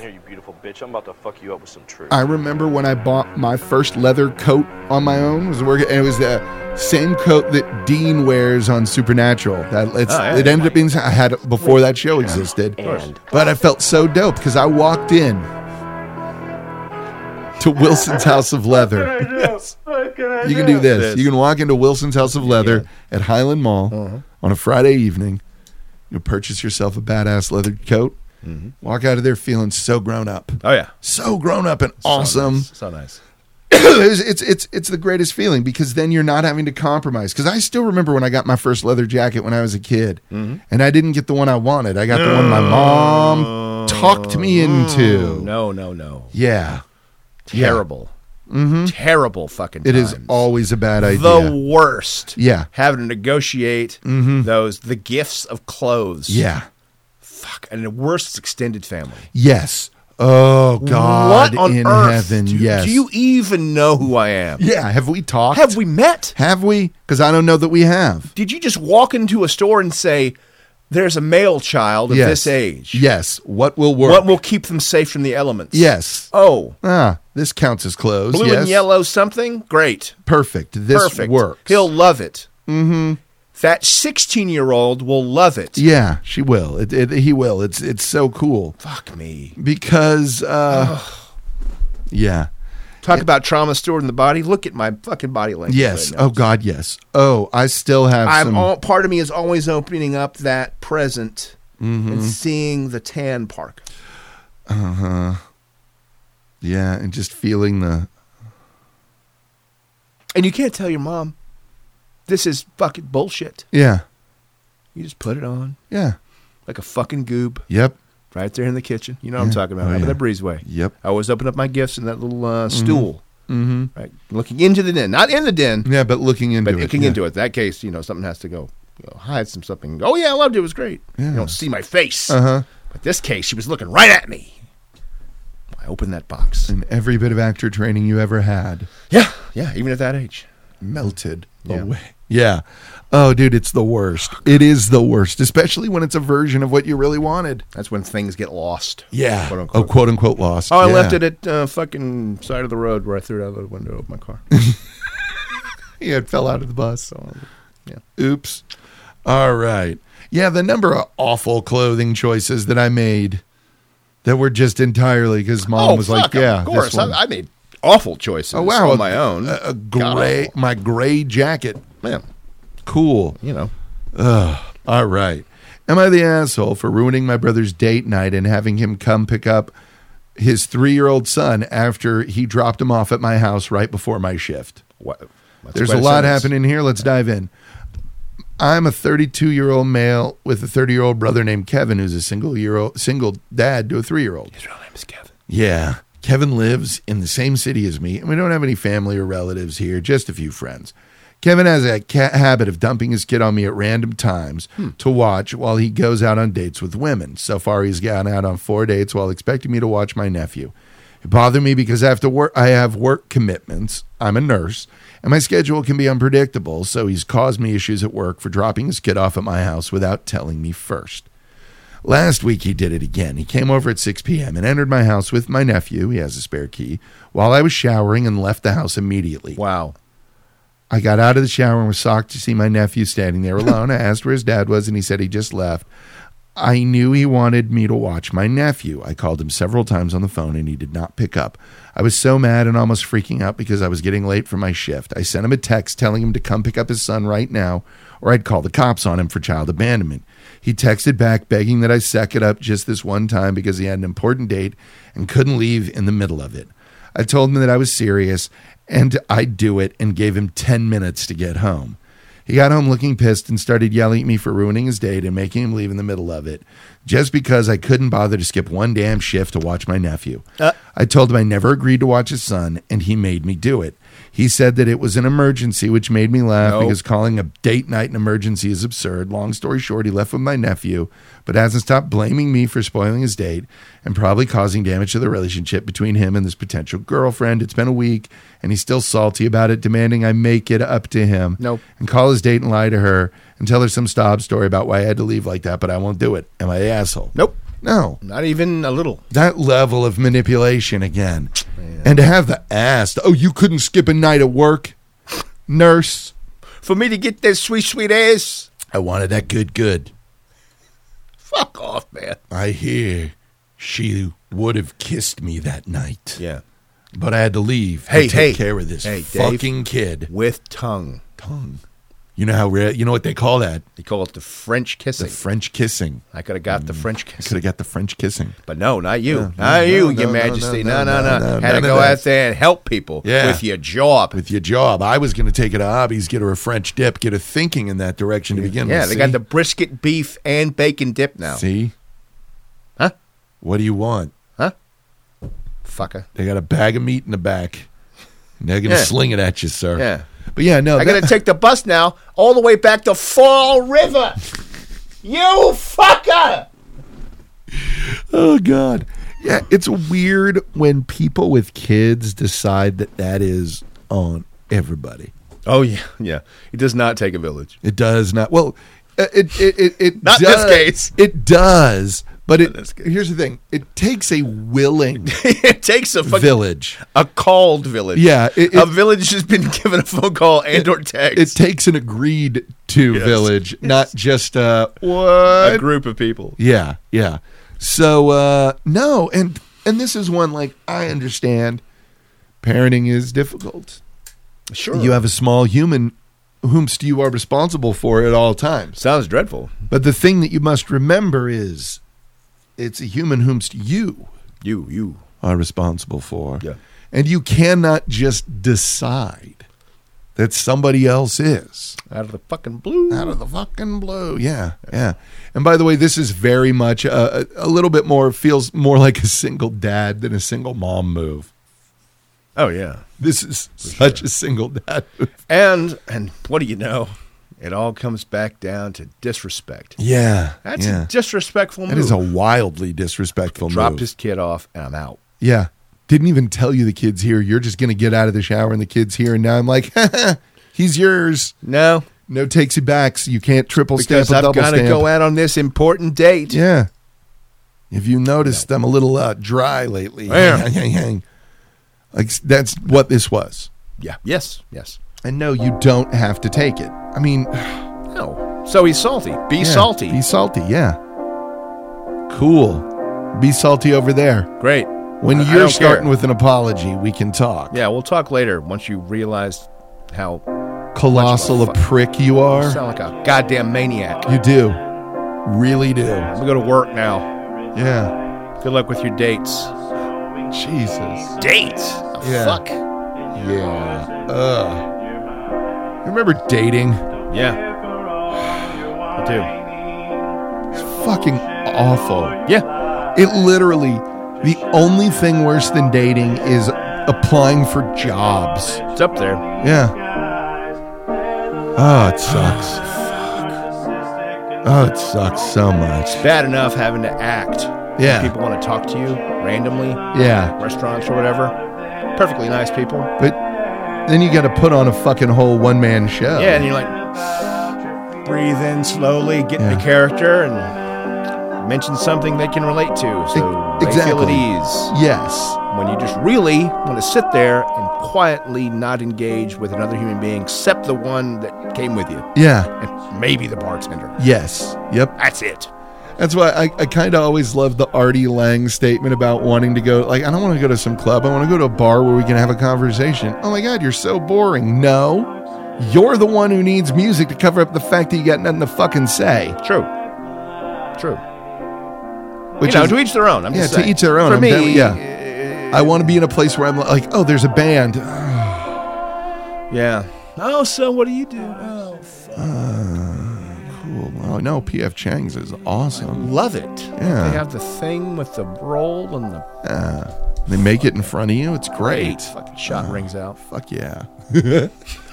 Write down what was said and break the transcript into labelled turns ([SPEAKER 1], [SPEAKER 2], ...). [SPEAKER 1] here, you beautiful bitch. I'm about to fuck you up with some truth.
[SPEAKER 2] I remember when I bought my first leather coat on my own. It was working, and it was the same coat that Dean wears on Supernatural. That it's,
[SPEAKER 3] Oh, yeah.
[SPEAKER 2] it ended up being I had it before that show existed.
[SPEAKER 4] And
[SPEAKER 2] But I felt so dope because I walked in to Wilson's House of Leather.
[SPEAKER 3] Yes.
[SPEAKER 2] You can do this.
[SPEAKER 3] This.
[SPEAKER 2] You can walk into Wilson's House of Leather at Highland Mall
[SPEAKER 3] Uh-huh.
[SPEAKER 2] on a Friday evening. You'll purchase yourself a badass leather coat.
[SPEAKER 3] Mm-hmm.
[SPEAKER 2] Walk out of there feeling so grown up,
[SPEAKER 3] Oh yeah.
[SPEAKER 2] so grown up and awesome.
[SPEAKER 3] So nice.
[SPEAKER 2] it's, it's it's it's the greatest feeling because then you're not having to compromise. Because I still remember when I got my first leather jacket when I was a kid,
[SPEAKER 3] Mm-hmm.
[SPEAKER 2] and I didn't get the one I wanted. I got the one my mom talked me into.
[SPEAKER 3] Mm. No, no, no.
[SPEAKER 2] Yeah, Mm-hmm.
[SPEAKER 3] Terrible. Terrible fucking.
[SPEAKER 2] it is
[SPEAKER 3] times.
[SPEAKER 2] always a bad idea.
[SPEAKER 3] the worst.
[SPEAKER 2] Yeah. Mm-hmm.
[SPEAKER 3] Having to negotiate those the gifts of clothes.
[SPEAKER 2] yeah.
[SPEAKER 3] Fuck. And the worst is extended family.
[SPEAKER 2] Yes. Oh God
[SPEAKER 3] what on
[SPEAKER 2] in
[SPEAKER 3] earth?
[SPEAKER 2] heaven.
[SPEAKER 3] do,
[SPEAKER 2] yes.
[SPEAKER 3] do you even know who I am?
[SPEAKER 2] yeah. Have we talked?
[SPEAKER 3] Have we met?
[SPEAKER 2] Have we? Because I don't know that we have.
[SPEAKER 3] Did you just walk into a store and say, "There's a male child of
[SPEAKER 2] Yes.
[SPEAKER 3] this age.
[SPEAKER 2] Yes. What will work?
[SPEAKER 3] What will keep them safe from the elements?"
[SPEAKER 2] yes.
[SPEAKER 3] Oh,
[SPEAKER 2] Ah, this counts as closed.
[SPEAKER 3] blue
[SPEAKER 2] yes.
[SPEAKER 3] and yellow something. Great.
[SPEAKER 2] Perfect. This
[SPEAKER 3] Perfect.
[SPEAKER 2] works.
[SPEAKER 3] He'll love it. Mm-hmm. That 16-year-old will love it.
[SPEAKER 2] Yeah, she will. It, it, he will. It's it's so cool
[SPEAKER 3] Fuck me.
[SPEAKER 2] because uh, yeah.
[SPEAKER 3] Talk about trauma stored in the body. Look at my fucking body language.
[SPEAKER 2] Yes.
[SPEAKER 3] right now.
[SPEAKER 2] Oh God. Yes. Oh, I still have
[SPEAKER 3] I'm
[SPEAKER 2] some.
[SPEAKER 3] all, part of me is always opening up that present
[SPEAKER 2] Mm-hmm.
[SPEAKER 3] and seeing the tan park.
[SPEAKER 2] uh-huh. yeah, and just feeling the.
[SPEAKER 3] And you can't tell your mom this is fucking bullshit.
[SPEAKER 2] Yeah.
[SPEAKER 3] You just put it on
[SPEAKER 2] Yeah.
[SPEAKER 3] like a fucking goob
[SPEAKER 2] Yep.
[SPEAKER 3] right there in the kitchen. You know what I'm talking about.
[SPEAKER 2] Oh,
[SPEAKER 3] right in
[SPEAKER 2] yeah.
[SPEAKER 3] the breezeway.
[SPEAKER 2] Yep.
[SPEAKER 3] I always open up my gifts in that little uh, stool. Mm-hmm. Right. Looking into the den. Not in the den,
[SPEAKER 2] Yeah, but looking into
[SPEAKER 3] but
[SPEAKER 2] it.
[SPEAKER 3] looking
[SPEAKER 2] yeah.
[SPEAKER 3] into it. that case, you know, something has to go. You know, hide some something. Oh yeah, I loved it. It was great.
[SPEAKER 2] Yeah.
[SPEAKER 3] You don't see my face.
[SPEAKER 2] Uh-huh.
[SPEAKER 3] But this case, she was looking right at me. I opened that box.
[SPEAKER 2] And every bit of actor training you ever had
[SPEAKER 3] Yeah, yeah, even at that age.
[SPEAKER 2] melted
[SPEAKER 3] Yeah.
[SPEAKER 2] away. Yeah. Oh, dude, it's the worst. It is the worst, especially when it's a version of what you really wanted.
[SPEAKER 3] That's when things get lost.
[SPEAKER 2] Yeah.
[SPEAKER 3] Quote
[SPEAKER 2] Oh,
[SPEAKER 3] unquote.
[SPEAKER 2] quote unquote lost.
[SPEAKER 3] Oh, I
[SPEAKER 2] Yeah.
[SPEAKER 3] left it at uh, fucking side of the road where I threw it out of the window of my car.
[SPEAKER 2] Yeah, it fell out of the bus.
[SPEAKER 3] so, yeah.
[SPEAKER 2] Oops. All right. Yeah, the number of awful clothing choices that I made that were just entirely because mom was like,
[SPEAKER 3] Oh, fuck,
[SPEAKER 2] "Yeah,
[SPEAKER 3] of
[SPEAKER 2] this
[SPEAKER 3] course.
[SPEAKER 2] one."
[SPEAKER 3] I, I made awful choices.
[SPEAKER 2] oh wow,
[SPEAKER 3] on my own.
[SPEAKER 2] a, a
[SPEAKER 3] God
[SPEAKER 2] gray,
[SPEAKER 3] awful.
[SPEAKER 2] my gray jacket,
[SPEAKER 3] man.
[SPEAKER 2] cool.
[SPEAKER 3] You know,
[SPEAKER 2] All right. Am I the asshole for ruining my brother's date night and having him come pick up his three-year-old son after he dropped him off at my house right before my shift?
[SPEAKER 3] what, that's
[SPEAKER 2] There's
[SPEAKER 3] quite
[SPEAKER 2] a lot
[SPEAKER 3] sentence.
[SPEAKER 2] happening here. Let's dive in. I'm a 32 year old male with a 30 year old brother named Kevin, who's a single year old single dad to a three year old.
[SPEAKER 3] His real name is Kevin.
[SPEAKER 2] Yeah. Kevin lives in the same city as me, and we don't have any family or relatives here, just a few friends. Kevin has a ca- habit of dumping his kid on me at random times to watch while he goes out on dates with women. So far, he's gone out on four dates while expecting me to watch my nephew. It bothered me because I have to work. I have work commitments. I'm a nurse, and my schedule can be unpredictable. So he's caused me issues at work for dropping his kid off at my house without telling me first. Last week he did it again. He came over at 6 p.m. and entered my house with my nephew. He has a spare key. While I was showering and left the house immediately.
[SPEAKER 3] Wow.
[SPEAKER 2] I got out of the shower and was shocked to see my nephew standing there alone. I asked where his dad was, and he said he just left. I knew he wanted me to watch my nephew. I called him several times on the phone, and he did not pick up. I was so mad and almost freaking out because I was getting late for my shift. I sent him a text telling him to come pick up his son right now, or I'd call the cops on him for child abandonment. He texted back begging that I suck it up just this one time because he had an important date and couldn't leave in the middle of it. I told him that I was serious and I'd do it and gave him 10 minutes to get home. He got home looking pissed and started yelling at me for ruining his date and making him leave in the middle of it just because I couldn't bother to skip one damn shift to watch my nephew. I told him I never agreed to watch his son and he made me do it. He said that it was an emergency, which made me laugh
[SPEAKER 3] No.
[SPEAKER 2] because calling a date night an emergency is absurd. Long story short, he left with my nephew, but hasn't stopped blaming me for spoiling his date and probably causing damage to the relationship between him and this potential girlfriend. It's been a week, and he's still salty about it, demanding I make it up to him.
[SPEAKER 3] Nope.
[SPEAKER 2] And call his date and lie to her and tell her some sob story about why I had to leave like that, but I won't do it. Am I the asshole?
[SPEAKER 3] Nope.
[SPEAKER 2] No,
[SPEAKER 3] Not even a little.
[SPEAKER 2] that level of manipulation again. And to have the ass, oh, you couldn't skip a night at work, nurse.
[SPEAKER 3] For me to get this sweet, sweet ass,
[SPEAKER 2] I wanted that good, good.
[SPEAKER 3] fuck off, man.
[SPEAKER 2] I hear she would have kissed me that night,
[SPEAKER 3] Yeah.
[SPEAKER 2] but I had to leave.
[SPEAKER 3] Hey,
[SPEAKER 2] and take
[SPEAKER 3] hey.
[SPEAKER 2] care of this
[SPEAKER 3] Hey, Dave.
[SPEAKER 2] fucking kid.
[SPEAKER 3] With tongue.
[SPEAKER 2] Tongue. You know how rare. You know what they call that?
[SPEAKER 3] They call it the French
[SPEAKER 2] The
[SPEAKER 3] kissing.
[SPEAKER 2] French kissing.
[SPEAKER 3] I could have got the French
[SPEAKER 2] I
[SPEAKER 3] kiss,
[SPEAKER 2] could have got the French kissing.
[SPEAKER 3] but no, not you, not
[SPEAKER 2] no, no,
[SPEAKER 3] you,
[SPEAKER 2] no,
[SPEAKER 3] Your
[SPEAKER 2] no,
[SPEAKER 3] Majesty.
[SPEAKER 2] no,
[SPEAKER 3] No,
[SPEAKER 2] no,
[SPEAKER 3] no,
[SPEAKER 2] no,
[SPEAKER 3] no. Had to
[SPEAKER 2] none of
[SPEAKER 3] go
[SPEAKER 2] that.
[SPEAKER 3] out there and help people
[SPEAKER 2] Yeah.
[SPEAKER 3] with your job.
[SPEAKER 2] With your job, I was going to take it to Hobbies, get her a French dip, get her thinking in that direction to begin
[SPEAKER 3] yeah,
[SPEAKER 2] with.
[SPEAKER 3] they got
[SPEAKER 2] See?
[SPEAKER 3] the brisket, beef, and bacon dip now.
[SPEAKER 2] See?
[SPEAKER 3] Huh?
[SPEAKER 2] What do you want?
[SPEAKER 3] Fucker.
[SPEAKER 2] They got a bag of meat in the back. And they're gonna
[SPEAKER 3] Yeah.
[SPEAKER 2] sling it at you, sir.
[SPEAKER 3] Yeah.
[SPEAKER 2] But yeah, no.
[SPEAKER 3] I gotta
[SPEAKER 2] that-
[SPEAKER 3] take the bus now, all the way back to Fall River. you fucker!
[SPEAKER 2] oh god. Yeah, it's weird when people with kids decide that that is on everybody.
[SPEAKER 3] Oh yeah, yeah. It does not take a village.
[SPEAKER 2] It does not. Well, uh, it it it, it
[SPEAKER 3] Not in this
[SPEAKER 2] does,
[SPEAKER 3] case.
[SPEAKER 2] It does, but it.
[SPEAKER 3] this case.
[SPEAKER 2] Here's the thing. It takes a willing
[SPEAKER 3] it takes a fucking
[SPEAKER 2] village.
[SPEAKER 3] a called village.
[SPEAKER 2] Yeah, it-
[SPEAKER 3] a
[SPEAKER 2] it-
[SPEAKER 3] village has been given a phone call and or text.
[SPEAKER 2] It takes an agreed to village, not just uh,
[SPEAKER 3] a
[SPEAKER 2] what
[SPEAKER 3] group of people.
[SPEAKER 2] Yeah, yeah. So uh no, and and this is one like I understand parenting is difficult.
[SPEAKER 3] Sure.
[SPEAKER 2] You have a small human whomst you are responsible for at all times.
[SPEAKER 3] Sounds dreadful.
[SPEAKER 2] But the thing that you must remember is it's a human whomst you
[SPEAKER 3] You, you.
[SPEAKER 2] are responsible for.
[SPEAKER 3] Yeah.
[SPEAKER 2] And you cannot just decide that somebody else is
[SPEAKER 3] Out of the fucking blue.
[SPEAKER 2] out of the fucking blue. Yeah, yeah. And by the way, this is very much a, a, a little bit more feels more like a single dad than a single mom move.
[SPEAKER 3] Oh yeah.
[SPEAKER 2] This is such a single dad. Move.
[SPEAKER 3] And and what do you know? It all comes back down to disrespect.
[SPEAKER 2] Yeah,
[SPEAKER 3] That's a disrespectful
[SPEAKER 2] that
[SPEAKER 3] move.
[SPEAKER 2] is a wildly disrespectful
[SPEAKER 3] Dropped
[SPEAKER 2] move.
[SPEAKER 3] his kid off and I'm out.
[SPEAKER 2] yeah, didn't even tell you the kids here. You're just gonna get out of the shower and the kids here, and now I'm like, he's yours.
[SPEAKER 3] No,
[SPEAKER 2] No takes you backs. You can't triple
[SPEAKER 3] because
[SPEAKER 2] stamp a
[SPEAKER 3] I've
[SPEAKER 2] double
[SPEAKER 3] got to
[SPEAKER 2] stamp.
[SPEAKER 3] go out on this important date.
[SPEAKER 2] Yeah. If you noticed, I'm a little uh, dry lately.
[SPEAKER 3] Yeah.
[SPEAKER 2] Hang, hang, hang. Like s- that's what this was.
[SPEAKER 3] Yeah. Yes. Yes.
[SPEAKER 2] And no, you don't have to take it. I mean,
[SPEAKER 3] No. So he's salty. Be
[SPEAKER 2] yeah,
[SPEAKER 3] salty.
[SPEAKER 2] Be salty. Yeah. Cool. Be salty over there.
[SPEAKER 3] Great.
[SPEAKER 2] When
[SPEAKER 3] I- I
[SPEAKER 2] you're
[SPEAKER 3] don't
[SPEAKER 2] starting
[SPEAKER 3] care.
[SPEAKER 2] with an apology, we can talk.
[SPEAKER 3] Yeah, we'll talk later once you realize how
[SPEAKER 2] Colossal a
[SPEAKER 3] Much
[SPEAKER 2] prick you
[SPEAKER 3] you
[SPEAKER 2] are.
[SPEAKER 3] sound like a goddamn maniac.
[SPEAKER 2] You do. Really do.
[SPEAKER 3] I'm gonna go to work now.
[SPEAKER 2] Yeah.
[SPEAKER 3] Good luck with your dates.
[SPEAKER 2] Jesus.
[SPEAKER 3] Dates? The
[SPEAKER 2] Yeah.
[SPEAKER 3] Fuck.
[SPEAKER 2] Yeah. Ugh. You remember dating?
[SPEAKER 3] Yeah. I do.
[SPEAKER 2] fucking awful.
[SPEAKER 3] Yeah.
[SPEAKER 2] It literally, the only thing worse than dating is applying for jobs.
[SPEAKER 3] It's up there.
[SPEAKER 2] Yeah. Oh, it sucks. Oh, it sucks so much.
[SPEAKER 3] Bad enough having to act.
[SPEAKER 2] Yeah.
[SPEAKER 3] People want to talk to you randomly,
[SPEAKER 2] Yeah.
[SPEAKER 3] restaurants or whatever. Perfectly nice people.
[SPEAKER 2] But then you got to put on a fucking whole one man show.
[SPEAKER 3] Yeah, and you're like breathe in slowly, get
[SPEAKER 2] Yeah.
[SPEAKER 3] into character and mention something they can relate to. So
[SPEAKER 2] E-
[SPEAKER 3] they feel at
[SPEAKER 2] exactly.
[SPEAKER 3] ease.
[SPEAKER 2] Yes.
[SPEAKER 3] when you just really want to sit there and quietly not engage with another human being except the one that came with you
[SPEAKER 2] Yeah.
[SPEAKER 3] and maybe the bartender.
[SPEAKER 2] Yes. Yep.
[SPEAKER 3] That's it.
[SPEAKER 2] That's why I, I kind of always love the Artie Lang statement about wanting to go. Like, I don't want to go to some club. I want to go to a bar where we can have a conversation. Oh my God, you're so boring. No, you're the one who needs music to cover up the fact that you got nothing to fucking say.
[SPEAKER 3] True. True.
[SPEAKER 2] Which
[SPEAKER 3] you know,
[SPEAKER 2] is,
[SPEAKER 3] to each their own. I'm
[SPEAKER 2] yeah,
[SPEAKER 3] just
[SPEAKER 2] to
[SPEAKER 3] saying.
[SPEAKER 2] each their own.
[SPEAKER 3] For
[SPEAKER 2] I'm
[SPEAKER 3] me,
[SPEAKER 2] down- yeah. I want to be in a place where I'm like, oh, there's a band.
[SPEAKER 3] yeah. Oh, so what do you do? Oh, f-
[SPEAKER 2] Cool. Oh no, PF Chang's is awesome.
[SPEAKER 3] love it.
[SPEAKER 2] Yeah.
[SPEAKER 3] They have the thing with the roll and the
[SPEAKER 2] They make it in front of you. It's great.
[SPEAKER 3] fucking shot rings out.
[SPEAKER 2] Fuck yeah.